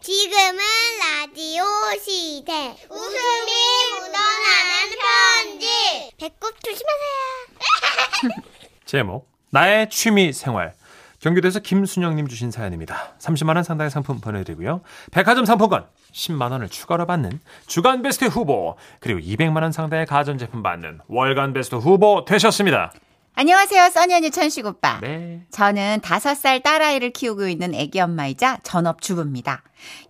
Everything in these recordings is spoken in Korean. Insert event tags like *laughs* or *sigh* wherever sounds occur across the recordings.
지금은 라디오 시대. 웃음이 묻어나는 편지. 배꼽 조심하세요. 제목 나의 취미 생활 경기도에서 김순영님 주신 사연입니다. 30만 원 상당의 상품 보내드리고요. 백화점 상품권 10만 원을 추가로 받는 주간 베스트 후보 그리고 200만 원 상당의 가전제품 받는 월간 베스트 후보 되셨습니다. 안녕하세요, 써니 언니 천식 오빠. 네. 저는 다섯 살 딸아이를 키우고 있는 애기 엄마이자 전업주부입니다.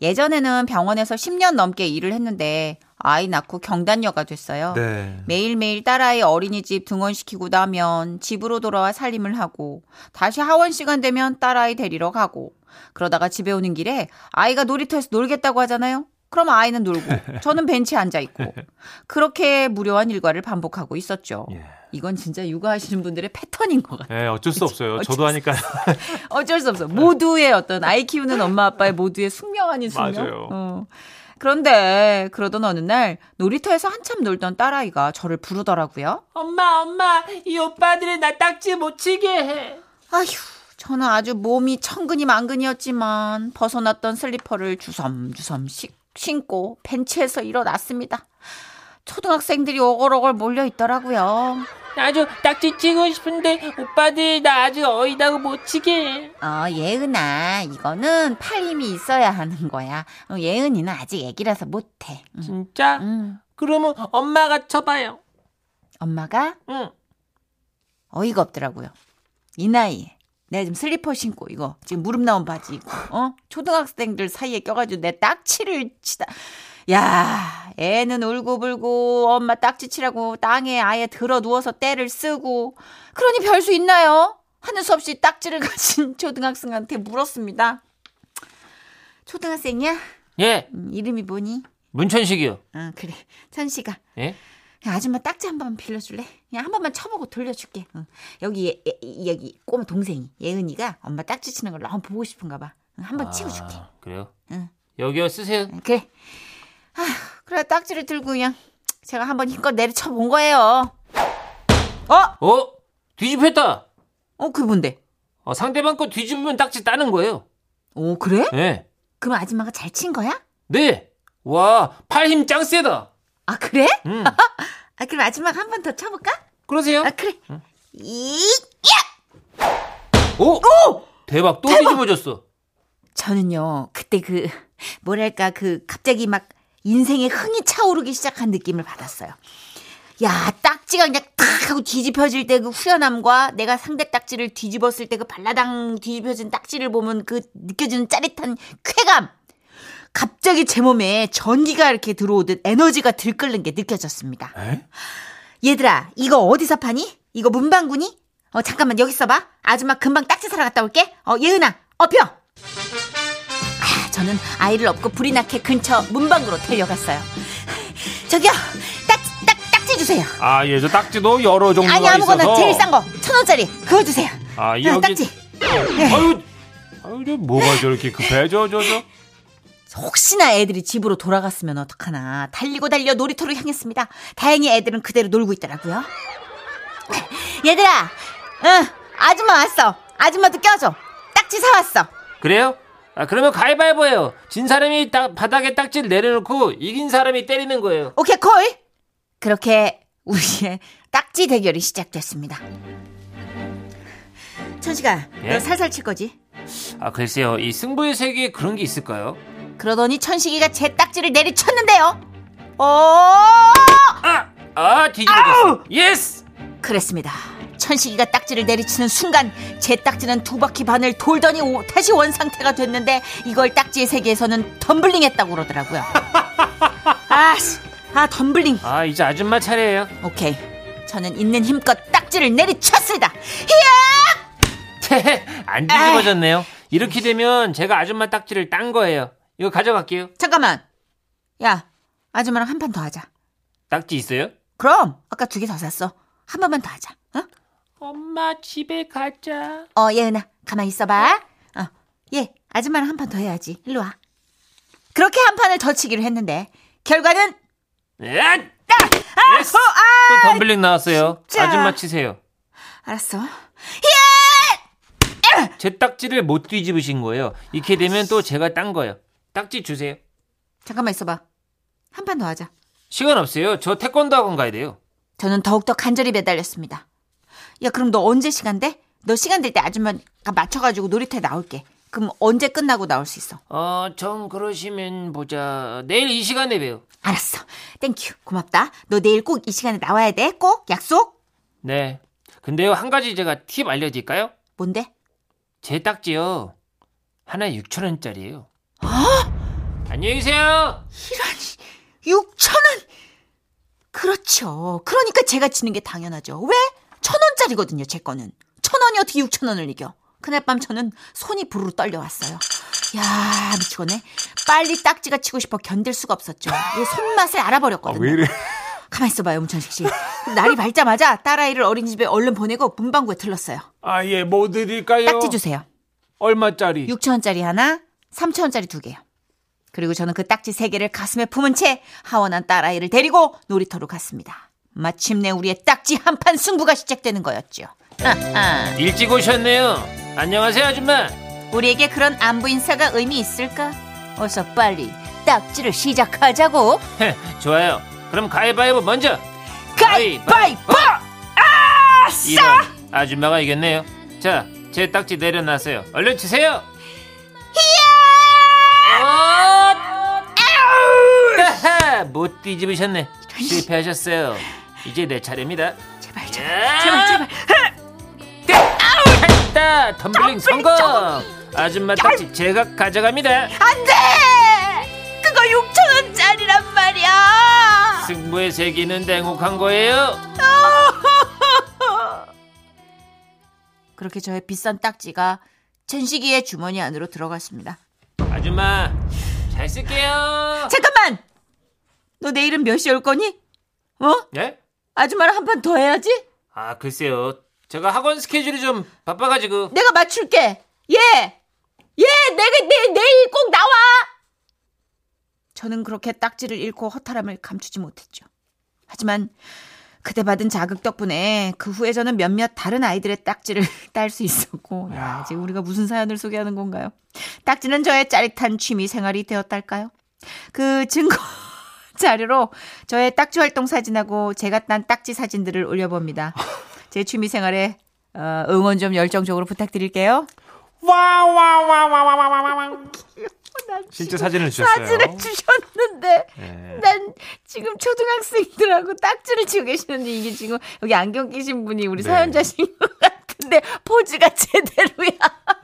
예전에는 병원에서 10년 넘게 일을 했는데 아이 낳고 경단녀가 됐어요. 네. 매일매일 딸아이 어린이집 등원시키고 나면 집으로 돌아와 살림을 하고 다시 하원 시간 되면 딸아이 데리러 가고 그러다가 집에 오는 길에 아이가 놀이터에서 놀겠다고 하잖아요. 그럼 *laughs* 아이는 놀고 저는 벤치에 앉아 있고 그렇게 무료한 일과를 반복하고 있었죠. 예. 이건 진짜 육아하시는 분들의 패턴인 것 같아요. 예, 어쩔 수 없어요. 어쩔 저도 하니까 어쩔 수 없어. 모두의 어떤 아이 키우는 엄마 아빠의 모두의 숙명 아닌 숙명. 맞아요. 어. 그런데 그러던 어느 날 놀이터에서 한참 놀던 딸아이가 저를 부르더라고요. 엄마, 엄마, 이 오빠들은 나 딱지 못 치게 해. 아휴, 저는 아주 몸이 천근이 만근이었지만 벗어났던 슬리퍼를 주섬주섬 씩- 신고 벤치에서 일어났습니다. 초등학생들이 오글오글 몰려 있더라고요. 나도 딱지 치고 싶은데 오빠들 나 아직 어이다고 못 치게 해. 어, 예은아, 이거는 팔 힘이 있어야 하는 거야. 어, 예은이는 아직 애기라서 못해. 응, 진짜? 응. 그러면 엄마가 쳐봐요. 엄마가 응. 어이가 없더라고요. 이 나이에. 내가 지금 슬리퍼 신고 이거 지금 무릎 나온 바지 입고 어 초등학생들 사이에 껴가지고 내 딱지를 치다 야 애는 울고불고 엄마 딱지 치라고 땅에 아예 들어 누워서 때를 쓰고 그러니 별 수 있나요? 하는 수 없이 딱지를 가진 *laughs* 초등학생한테 물었습니다. 초등학생이야? 예, 음, 이름이 뭐니? 문천식이요. 아 그래 천식아 예? 야, 아줌마 딱지 한 번만 빌려줄래? 그냥 한 번만 쳐보고 돌려줄게. 응. 여기 예, 예, 이- 여기 꼬마 동생이 예은이가 엄마 딱지 치는 걸 너무 보고 싶은가 봐. 응, 한번 아. 치고 줄게. 그래요? 응. 여기요, 쓰세요. 응, 그래. 아, 그래 딱지를 들고 그냥 제가 한번 힘껏 내리쳐 본 거예요. 어? 어? 뒤집혔다. 어, 그 뭔데? 어, 상대방 거 뒤집으면 딱지 따는 거예요. 오, 어, 그래? 예. 그럼 아줌마가 잘 친 거야? 네. 와, 팔 힘 짱 세다. 아, 그래? 음. *laughs* 아, 그럼 아줌마가 한 번 더 쳐볼까? 그러세요? 아, 그래. 이 오! 대박, 또 뒤집어졌어. 저는요 그때 그 뭐랄까 그 갑자기 막 인생의 흥이 차오르기 시작한 느낌을 받았어요. 야 딱지가 그냥 탁 하고 뒤집혀질 때 그 후련함과 내가 상대 딱지를 뒤집었을 때 그 발라당 뒤집혀진 딱지를 보면 그 느껴지는 짜릿한 쾌감. 갑자기 제 몸에 전기가 이렇게 들어오듯 에너지가 들끓는 게 느껴졌습니다. 에? 얘들아 이거 어디서 파니? 이거 문방구니? 어 잠깐만 여기 있어봐. 아줌마 금방 딱지 사러 갔다 올게. 어 예은아 업혀. 아, 저는 아이를 업고 불이 나게 근처 문방구로 데려갔어요. 저기요, 딱, 딱, 딱지 주세요. *laughs* 아, 예, 저 딱지도 여러 종류가 아니, 아무거나 있어서. 제일 싼 거, 천 원짜리, 그거 주세요. 아, 아, 여기 딱지. 네. 아유. 아유, 저 뭐가 저렇게 급해? 저, 저, 저. 혹시나 애들이 집으로 돌아갔으면 어떡하나. 달리고 달려 놀이터로 향했습니다. 다행히 애들은 그대로 놀고 있더라고요. 네, 얘들아, 응, 아줌마 왔어. 아줌마도 껴줘. 딱지 사왔어. 그래요? 아, 그러면 가위바위보예요. 진 사람이 딱 바닥에 딱지를 내려놓고 이긴 사람이 때리는 거예요. 오케이 콜 그렇게 우리의 딱지 대결이 시작됐습니다 천식아 예? 너 살살 칠 거지? 아, 글쎄요. 이 승부의 세계에 그런 게 있을까요? 그러더니 천식이가 제 딱지를 내리쳤는데요 어? 오 아! 아, 뒤집어졌어. 예스! 그랬습니다 천식이가 딱지를 내리치는 순간 제 딱지는 두 바퀴 반을 돌더니 오- 다시 원상태가 됐는데 이걸 딱지의 세계에서는 덤블링 했다고 *laughs* 그러더라고요 아씨 아 덤블링 아, 이제 아줌마 차례예요. 오케이 저는 있는 힘껏 딱지를 내리쳤습니다 히야 안 뒤집어졌네요. 이렇게 되면 제가 아줌마 딱지를 딴 거예요. 이거 가져갈게요. 잠깐만. 야, 아줌마랑 한 판 더 하자. 딱지 있어요? 그럼 아까 두 개 더 샀어. 한 번만 더 하자. 어? 엄마 집에 가자. 어, 예은아, 가만히 있어봐. 어, 예, 아줌마랑 한 판 더 해야지. 일로 와. 그렇게 한 판을 더 치기로 했는데 결과는 야! 아, 예스! 어, 아, 예! 또 덤블링 나왔어요. 진짜. 아줌마 치세요. 알았어. 제 딱지를 못 뒤집으신 거예요. 이렇게 되면 또 제가 딴 거예요. 딱지 주세요. 잠깐만 있어봐. 한 판 더 하자. 시간 없어요. 저 태권도 학원 가야 돼요. 저는 더욱더 간절히 매달렸습니다. 야, 그럼 너 언제 시간 돼? 너 시간 될 때 아줌마가 맞춰가지고 놀이터에 나올게. 그럼 언제 끝나고 나올 수 있어? 어, 전 그러시면 보자. 내일 이 시간에 봬요. 알았어. 땡큐. 고맙다. 너 내일 꼭 이 시간에 나와야 돼. 꼭. 약속. 네. 근데요, 한 가지 제가 팁 알려드릴까요? 뭔데? 제 딱지요. 하나에 6,000원짜리예요. 안녕히 계세요. 6천원! 그렇죠. 그러니까 제가 지는 게 당연하죠. 왜? 천 원짜리거든요, 제 거는. 천 원이 어떻게 6천 원을 이겨? 그날 밤 저는 손이 부르르 떨려왔어요. 야 미치겠네. 빨리 딱지가 치고 싶어 견딜 수가 없었죠. 얘 손맛을 알아버렸거든요. 이래? 가만 있어봐요, 엄천식 씨. 날이 밝자마자 딸아이를 어린이집에 얼른 보내고 문방구에 들렀어요. 아, 예, 뭐 드릴까요? 딱지 주세요. 얼마짜리? 6천원짜리 하나, 3천원짜리 두 개요. 그리고 저는 그 딱지 세 개를 가슴에 품은 채 하원한 딸아이를 데리고 놀이터로 갔습니다. 마침내 우리의 딱지 한판 승부가 시작되는 거였죠. 아하. 일찍 오셨네요. 안녕하세요, 아줌마. *laughs* 우리에게 그런 안부 인사가 의미 있을까? 어서 빨리 딱지를 시작하자고. 헤, 좋아요. 그럼 가위바위보 먼저. 가위바위보! 아, 이런 아줌마가 이겼네요. 자, 제 딱지 내려놨어요. 얼른 치세요. 히야! 못 뒤집으셨네. 실패하셨어요. 이제 내 차례입니다. 제발, 제발, 제발, 제발, 제발. 됐다. 덤블링 성공. 아줌마 딱지 제가 가져갑니다. 안 돼! 그거 6천원짜리란 말이야! 승부의 세기는 냉혹한 거예요. 그렇게 저의 비싼 딱지가 천식이의 주머니 안으로 들어갔습니다. 아줌마, 잘 쓸게요. 잠깐만! 너 내일은 몇 시에 올 거니? 어? 네? 아줌마랑 한 판 더 해야지? 아, 글쎄요. 제가 학원 스케줄이 좀 바빠가지고. 내가 맞출게! 예! 예! 내가 내, 내일 꼭 나와! 저는 그렇게 딱지를 잃고 허탈함을 감추지 못했죠. 하지만 그때 받은 자극 덕분에 그 후에 저는 몇몇 다른 아이들의 딱지를 *laughs* 딸 수 있었고 야, 지금 우리가 무슨 사연을 소개하는 건가요? 딱지는 저의 짜릿한 취미 생활이 되었달까요? 그 증거 자료로 저의 딱지 활동 사진하고 제가 딴 딱지 사진들을 *laughs* 올려봅니다. 제 취미 생활에 어, 응원 좀 열정적으로 부탁드릴게요. 와와와와와와와와 실제 사진을 주셨어요. 사진을 네. 주셨는데 예. 난 지금 초등학생들하고 딱지를 치고 계시는데 이게 지금 여기 안경 끼신 분이 우리 네. 사연자신 것 같은데 포즈가 제대로야.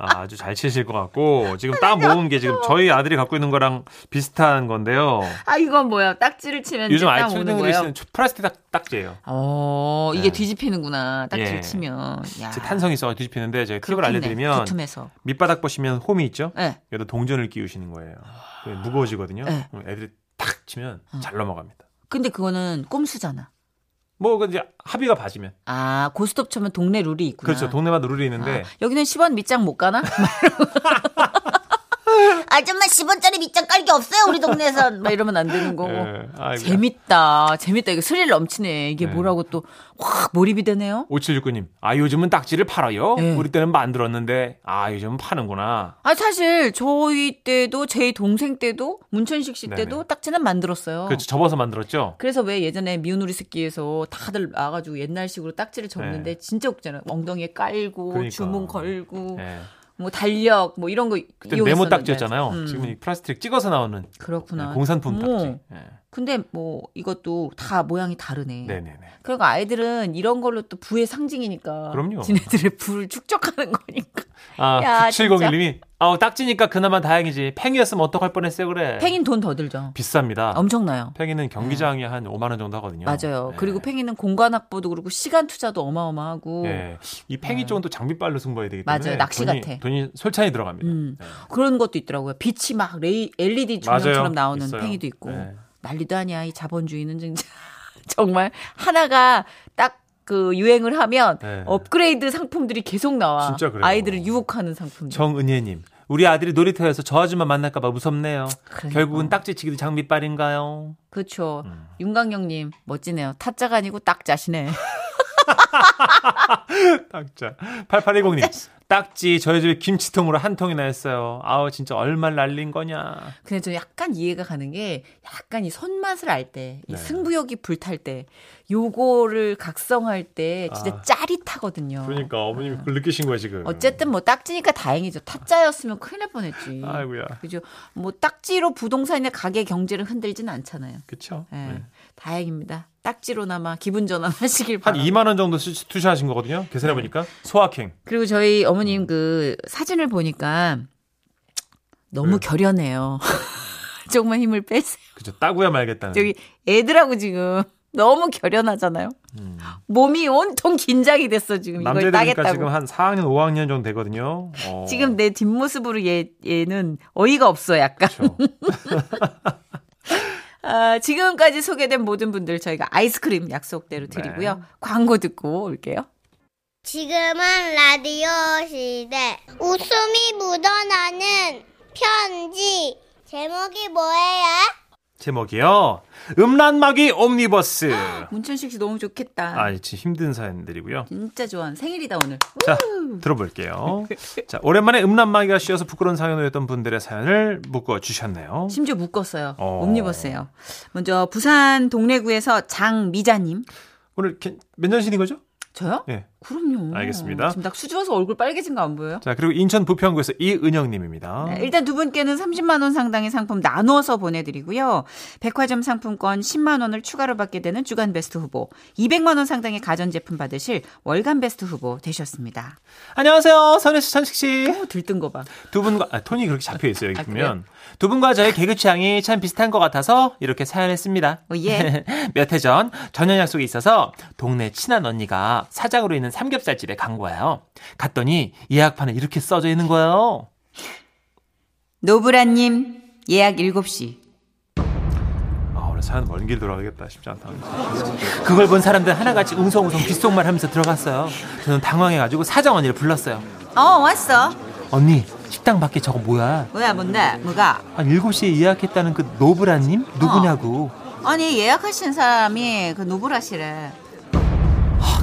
아, 아주 잘 치실 것 같고 지금 딱 모은 게 지금 저희 아들이 갖고 있는 거랑 비슷한 건데요. 아 이건 뭐야? 딱지를 치면 요즘 이제 땀 아이 오는 초등들이 거예요. 쓰는 초- 플라스틱 딱, 딱지예요. 어 네. 이게 뒤집히는구나. 딱지를 예. 치면. 야. 제 탄성이 있어 뒤집히는데 제가 팁을 그렇겠네. 알려드리면 두툼해서. 밑바닥 보시면 홈이 있죠. 예. 여기다 동전을 끼우시는 거예요. 그게 무거워지거든요. 네. 그럼 애들이 탁 치면 잘 넘어갑니다. 근데 그거는 꼼수잖아. 뭐그 이제 합의가 봐지면 아 고스톱 쳐면 동네 룰이 있구나. 그렇죠. 동네마다 룰이 있는데 아, 여기는 10원 밑장 못 가나? *laughs* 아줌마 10원짜리 밑장 깔게 없어요 우리 동네에선 막 이러면 안 되는 거고. 예, 아이고. 어, 재밌다. 재밌다. 이거 스릴 넘치네. 이게 네. 뭐라고 또 확 몰입이 되네요. 5769님, 아, 요즘은 딱지를 팔아요? 예. 우리 때는 만들었는데, 아, 요즘은 파는구나. 아 사실 저희 때도 제 동생 때도 문천식 씨 네네. 때도 딱지는 만들었어요. 그렇죠. 접어서 만들었죠? 그래서 왜 예전에 미운 우리 새끼에서 다들 와가지고 옛날식으로 딱지를 접는데 진짜 웃잖아요. 엉덩이에 깔고 네. 그러니까. 주문 걸고 예. 뭐 달력 뭐 이런 거 그때 이용했었는데. 네모 딱지였잖아요. 음, 지금 이 플라스틱 찍어서 나오는 그렇구나. 예, 공산품 어머, 딱지. 예. 근데 뭐 이것도 다 모양이 다르네. 네네네. 그러니까 아이들은 이런 걸로 또 부의 상징이니까. 그럼요. 지네들의 부를 축적하는 거니까. 야, 아, 9701님이, 아 딱지니까 그나마 다행이지. 팽이였으면 어떡할 뻔했어요, 그래. 팽인 돈 더 들죠. 비쌉니다. 엄청나요. 음. 팽이는 경기장이 한 5만원 정도 하거든요. 맞아요. 예. 그리고 팽이는 공간 확보도 그렇고 시간 투자도 어마어마하고. 예. 이 팽이 쪽은 또 장비빨로 승부해야 되기 때문에. 음. 맞아요. 낚시 돈이, 같아. 돈이 솔찬히 들어갑니다. 음. 예. 그런 것도 있더라고요. 빛이 막 레이, LED 맞아요. 조명처럼 나오는 있어요. 팽이도 있고. 네. 난리도 아니야. 이 자본주의는 진짜 *laughs* 정말 하나가 딱 그 유행을 하면 네. 업그레이드 상품들이 계속 나와. 진짜 그래요. 아이들을 유혹하는 상품들. 정은혜님. 우리 아들이 놀이터에서 저 아줌마 만날까봐 무섭네요. 그러니까. 결국은 음. 딱지치기도 장비빨인가요? 그렇죠. 윤강영님 멋지네요. 타짜가 아니고 딱 자시네. *laughs* 네. 딱자. 8810님. 딱지 저희 집에 김치통으로 한 통이나 했어요. 아우 진짜 얼마 날린 거냐. *laughs* 근데 저 약간 이해가 가는 게 약간 이 손맛을 알 때, 이 네. 승부욕이 불탈 때, 요거를 각성할 때 진짜 아. 짜릿하거든요. 그러니까 어머님이 그걸 느끼신 거예요 지금. 어쨌든 뭐 딱지니까 다행이죠. 타짜였으면 큰일 날 뻔했지. *laughs* 아이고야. 그죠? 뭐 딱지로 부동산이나 가게 경제를 흔들진 않잖아요. 그쵸? 예. 네. 다행입니다. 딱지로나마 기분 전환하시길 한 바랍니다. 2만 원 정도 수- 투자하신 거거든요. 계산해 보니까 네. 소확행. 그리고 저희 어머님 음. 그 사진을 보니까 네. 너무 결연해요. *laughs* 정말 힘을 빼세요. 그죠? 따구야 말겠다는. 저기 애들하고 지금 너무 결연하잖아요. 음. 몸이 온통 긴장이 됐어 지금 이걸 남자들니까 따겠다고. 지금 지금, 한 4학년, 5학년 정도 되거든요. 어. 내 뒷모습으로 얘 얘는 어이가 없어 약간. 그렇죠. 아, 지금까지 소개된 모든 분들 저희가 아이스크림 약속대로 드리고요. 네. 광고 듣고 올게요. 지금은 라디오 시대. 웃음이 묻어나는 편지. 제목이 뭐예요? 제목이요. 음란마귀 *laughs* 옴니버스. 문천식 씨 너무 좋겠다. 아, 진짜 힘든 사연들이고요. 진짜 좋아. 생일이다 오늘. 자, 들어볼게요. 자, 오랜만에 음란마귀가 씌어서 부끄러운 사연을 했던 분들의 사연을 묶어 주셨네요. 심지어 묶었어요. 어. 옴니버스예요. 먼저 부산 동래구에서 장미자님. 오늘 개- 몇 년신인 거죠? 저요? 예. 그럼요. 알겠습니다. 지금 딱 수줍어서 얼굴 빨개진 거 안 보여요? 자, 그리고 인천 부평구에서 이은영 님입니다. 네, 일단 두 분께는 30만 원 상당의 상품 나누어서 보내드리고요. 백화점 상품권 10만 원을 추가로 받게 되는 주간 베스트 후보, 200만 원 상당의 가전제품 받으실 월간 베스트 후보 되셨습니다. 안녕하세요. 선혜 씨, 천식 씨. 어, 들뜬 거 봐. 두 분과 아, 톤이 그렇게 잡혀 있어요. 여기 보면 두 분과 저의 개그 취향이 참 비슷한 것 같아서 이렇게 사연했습니다. *laughs* 어, 예. 몇 해 전 저녁 약속이 있어서 동네 친한 언니가 사장으로 있는 삼겹살집에 간 거예요. 갔더니 예약판에 이렇게 써져 있는 거예요. 노브라님 예약 7시. 아 오늘 사연 먼 길 돌아가겠다 쉽지 않다. 그걸 본 사람들 하나같이 웅성웅성 귓속말 하면서 들어갔어요. 저는 당황해가지고 사장 언니를 불렀어요. 어 왔어. 언니 식당 밖에 저거 뭐야? 뭐야 뭔데? 뭐가? 한 7시에 예약했다는 그 노브라님 누구냐고. 아니 예약하신 사람이 그 노브라시래.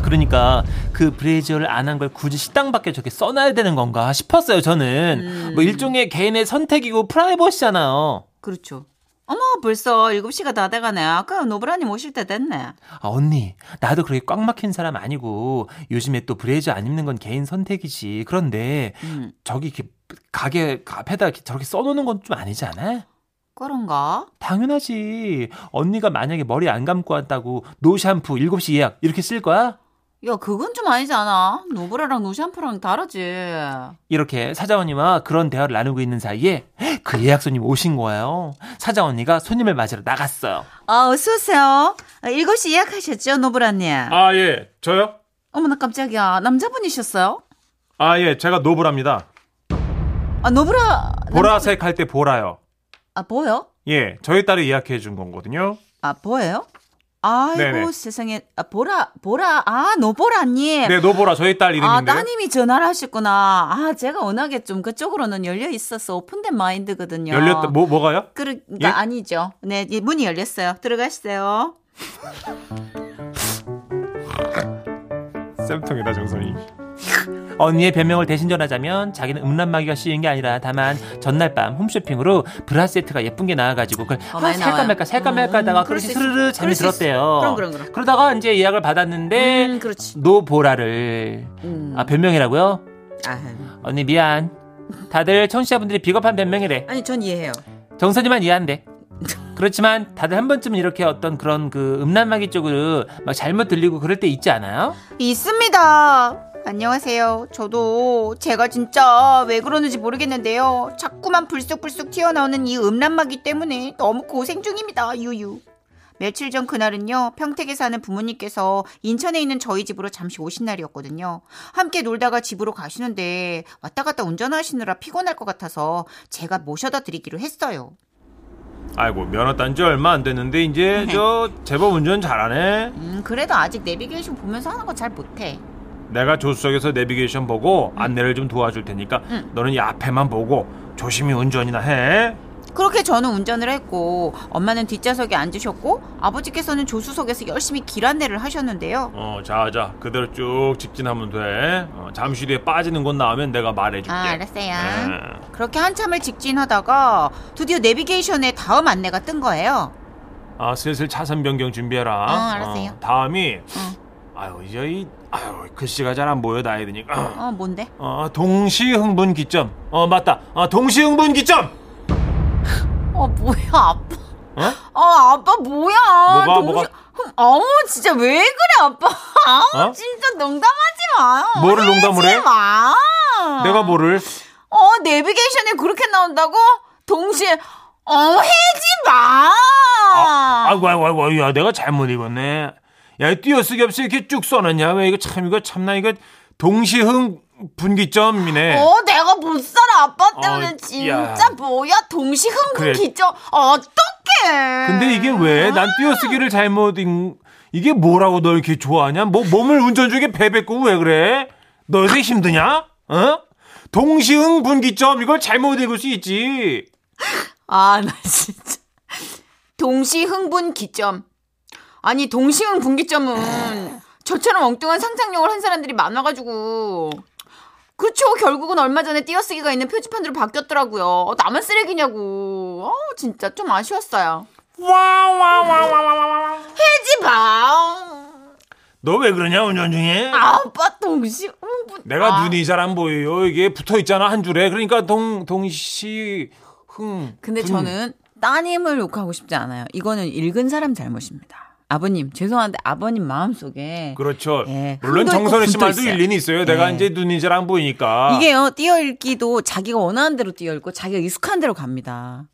그러니까 그 브레이저를 안 한 걸 굳이 식당 밖에 저렇게 써놔야 되는 건가 싶었어요 저는 뭐 일종의 개인의 선택이고 프라이버시잖아요 그렇죠. 어머 벌써 7시가 다 돼가네. 아까 노브라님 오실 때 됐네. 아 언니 나도 그렇게 꽉 막힌 사람 아니고 요즘에 또 브레이저 안 입는 건 개인 선택이지 그런데 음. 저기 이렇게 가게 앞에다 이렇게 저렇게 써놓는 건 좀 아니지 않아? 그런가? 당연하지 언니가 만약에 머리 안 감고 왔다고 노 샴푸 7시 예약 이렇게 쓸 거야? 야 그건 좀 아니지 않아? 노브라랑 노샴푸랑 다르지. 이렇게 사장언니와 그런 대화를 나누고 있는 사이에 그 예약 손님 오신 거예요. 사장언니가 손님을 맞으러 나갔어요. 어 어서 오세요. 7시 예약하셨죠 노브라님? 아, 예. 저요? 어머나 깜짝이야. 남자분이셨어요? 아, 예. 제가 노브라입니다. 아 노브라. 보라색 할 때 보라요. 아 보여? 예. 저희 딸이 예약해 준 거거든요. 아 보여요? 아이고 네네. 세상에 아, 보라 보라 아 노보라님. 네, 노보라. 저희 딸 아, 이름인데요. 따님이 전화를 하셨구나. 아, 제가 워낙에 좀 그쪽으로는 열려 있어서 오픈된 마인드거든요. 열렸다. 뭐, 뭐가요? 그러니까 예? 아니죠. 네, 이 문이 열렸어요. 들어가시세요. 쌤통이다, 정선이. 언니의 변명을 대신 전하자면 자기는 음란마귀가 씌인 게 아니라 다만 전날 밤 홈쇼핑으로 브라 세트가 예쁜 게 나와가지고 그걸 어, 아, 많이 살까 나와요. 말까 살까 말까 하다가 그럴 그렇게 수 있어. 스르르 잠이 그럴 수 있어. 들었대요. 그럼, 그럼, 그럼. 러다가 이제 예약을 네. 받았는데 음, 그렇지. 노보라를 음. 아 변명이라고요? 아, 언니 미안. 다들 청취자분들이 비겁한 변명이래. 아니, 전 이해해요. 정선이만 이해한대. 그렇지만 다들 한 번쯤은 이렇게 어떤 그런 그 음란마귀 쪽으로 막 잘못 들리고 그럴 때 있지 않아요? 있습니다. 안녕하세요. 저도 제가 진짜 왜 그러는지 모르겠는데요. 자꾸만 불쑥불쑥 튀어나오는 이 음란마귀 때문에 너무 고생 중입니다. 유유. 며칠 전 그날은요, 평택에 사는 부모님께서 인천에 있는 저희 집으로 잠시 오신 날이었거든요. 함께 놀다가 집으로 가시는데 왔다 갔다 운전하시느라 피곤할 것 같아서 제가 모셔다 드리기로 했어요. 아이고 면허 딴 지 얼마 안 됐는데 네. 이제 저 제법 운전 잘하네. 음, 그래도 아직 내비게이션 보면서 하는 거 잘 못해. 내가 조수석에서 내비게이션 음. 보고 안내를 좀 도와줄 테니까 너는 이 앞에만 보고 조심히 운전이나 해. 그렇게 저는 운전을 했고 엄마는 뒷좌석에 앉으셨고 아버지께서는 조수석에서 열심히 길 안내를 하셨는데요. 어, 자, 자, 그대로 쭉 직진하면 돼. 어, 잠시 뒤에 빠지는 곳 나오면 내가 말해줄게. 아, 알았어요. 예. 그렇게 한참을 직진하다가 드디어 내비게이션에 다음 안내가 뜬 거예요. 아, 슬슬 차선 변경 준비해라. 어, 알았어요. 어, 다음이, 아유, 이제 이, 아유, 글씨가 잘 안 보여, 나이 드니까. 어, 뭔데? 어, 동시흥분 기점. 어, 맞다. 어, 동시흥분 기점! 어, 뭐야, 아빠. 어? 아, 아빠 뭐야? 뭐가, 뭐가? 흠, 어머, 진짜 왜 그래, 아빠? 아우, 어? *laughs* 진짜 농담하지 마. 뭐를 농담을 해? 하지 마. 아, 내가 뭐를? 어, 내비게이션에 그렇게 나온다고? 동시에 어, 해지 마. 아, 아이고, 아이고, 아이고, 야, 내가 잘못 읽었네. 야, 이 띄어쓰기 없이 이렇게 쭉 써놨냐? 왜 이거 참, 이거 참나, 이거 동시흥 분기점이네. 어, 내가 못 살아. 아빠 때문에 어, 진짜 야. 뭐야? 동시 흥분 그래. 기점. 어떡해. 근데 이게 왜? 난 띄어쓰기를 잘못 읽... 이게 뭐라고 너 이렇게 좋아하냐? 뭐 몸을 운전 중에 배 뱉고 왜 그래? 너 요새 힘드냐? 어? 동시응 분기점 이걸 잘못 읽을 수 있지. 아, 나 진짜. 동시 흥분 기점. 아니, 동시 흥분 기점은 저처럼 엉뚱한 상상력을 한 사람들이 많아가지고. 그쵸. 결국은 얼마 전에 띄어쓰기가 있는 표지판으로 바뀌었더라고요. 어, 나만 쓰레기냐고. 어, 진짜 좀 아쉬웠어요. 해지 마. 너 왜 그러냐 운전 중에? 아빠 동시 흥분. 내가 아. 눈이 잘 안 보여요. 이게 붙어 있잖아 한 줄에. 그러니까 동 동시흥. 근데 분- 저는 따님을 욕하고 싶지 않아요. 이거는 읽은 사람 잘못입니다. 아버님 죄송한데 아버님 마음속에 그렇죠. 예, 물론 흥도 있고 정선우 씨 분도 말도 있어요. 일리는 있어요. 내가 예. 이제 눈이 잘 안 보이니까. 이게요 띄어읽기도 자기가 원하는 대로 띄어읽고 자기가 익숙한 대로 갑니다.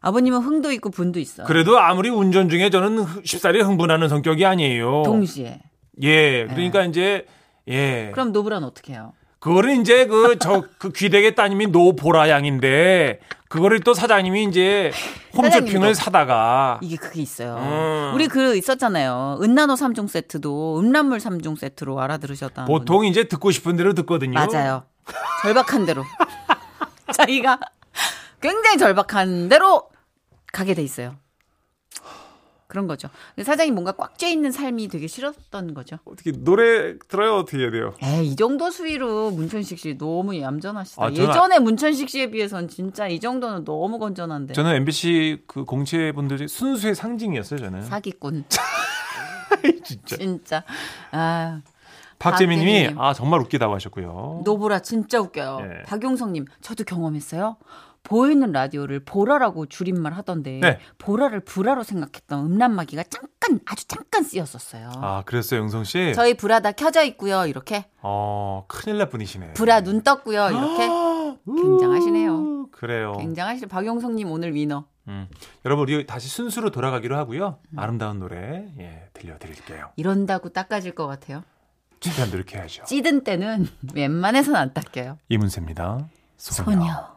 아버님은 흥도 있고 분도 있어요. 그래도 아무리 운전 중에 저는 흥- 쉽사리 흥분하는 성격이 아니에요. 동시에 예, 그러니까 이제 예. 그럼 노브란 어떻게 해요? 그거를 이제 그 저 그 귀대게 따님이 노보라 양인데 그거를 또 사장님이 이제 사장님도. 홈쇼핑을 사다가 이게 그게 있어요. 음. 우리 그 있었잖아요. 은나노 3종 세트도 음란물 3종 세트로 알아들으셨다는 보통 이제 듣고 싶은 대로 듣거든요. 맞아요. 절박한 대로. *laughs* 자기가 굉장히 절박한 대로 가게 돼 있어요. 그런 거죠. 사장이 뭔가 꽉 쬐 있는 삶이 되게 싫었던 거죠. 어떻게 노래 들어요 어떻게 해야 돼요? 에이, 이 정도 수위로 문천식 씨 너무 얌전하시다. 아, 저는- 예전에 문천식 씨에 비해선 진짜 이 정도는 너무 건전한데. 저는 MBC 그 공채 분들이 순수의 상징이었어요 저는. 사기꾼. *laughs* 진짜. 진짜. 아, 박재민님이 박재민님. 아 정말 웃기다고 하셨고요. 노보라 진짜 웃겨요. 예. 박용성님, 저도 경험했어요. 보이는 라디오를 보라라고 줄임말 하던데 네. 보라를 불화로 생각했던 음란마귀가 잠깐 아주 잠깐 쓰였었어요. 아 그랬어요 영성 씨. 저희 불화 다 켜져 있고요. 이렇게 어 큰일 날 분이시네. 아, 불화 눈 떴고요. 이렇게 굉장하시네요. 우, 그래요. 굉장하시죠. 박용성님 오늘 위너. 음. 여러분 우리 다시 순수로 돌아가기로 하고요. 음. 아름다운 노래 예, 들려드릴게요. 이런다고 닦아질 것 같아요. 최대한 노력해야죠. 찌든 때는 *laughs* 웬만해선 안 닦여요. 이문세입니다. 소녀. 소녀.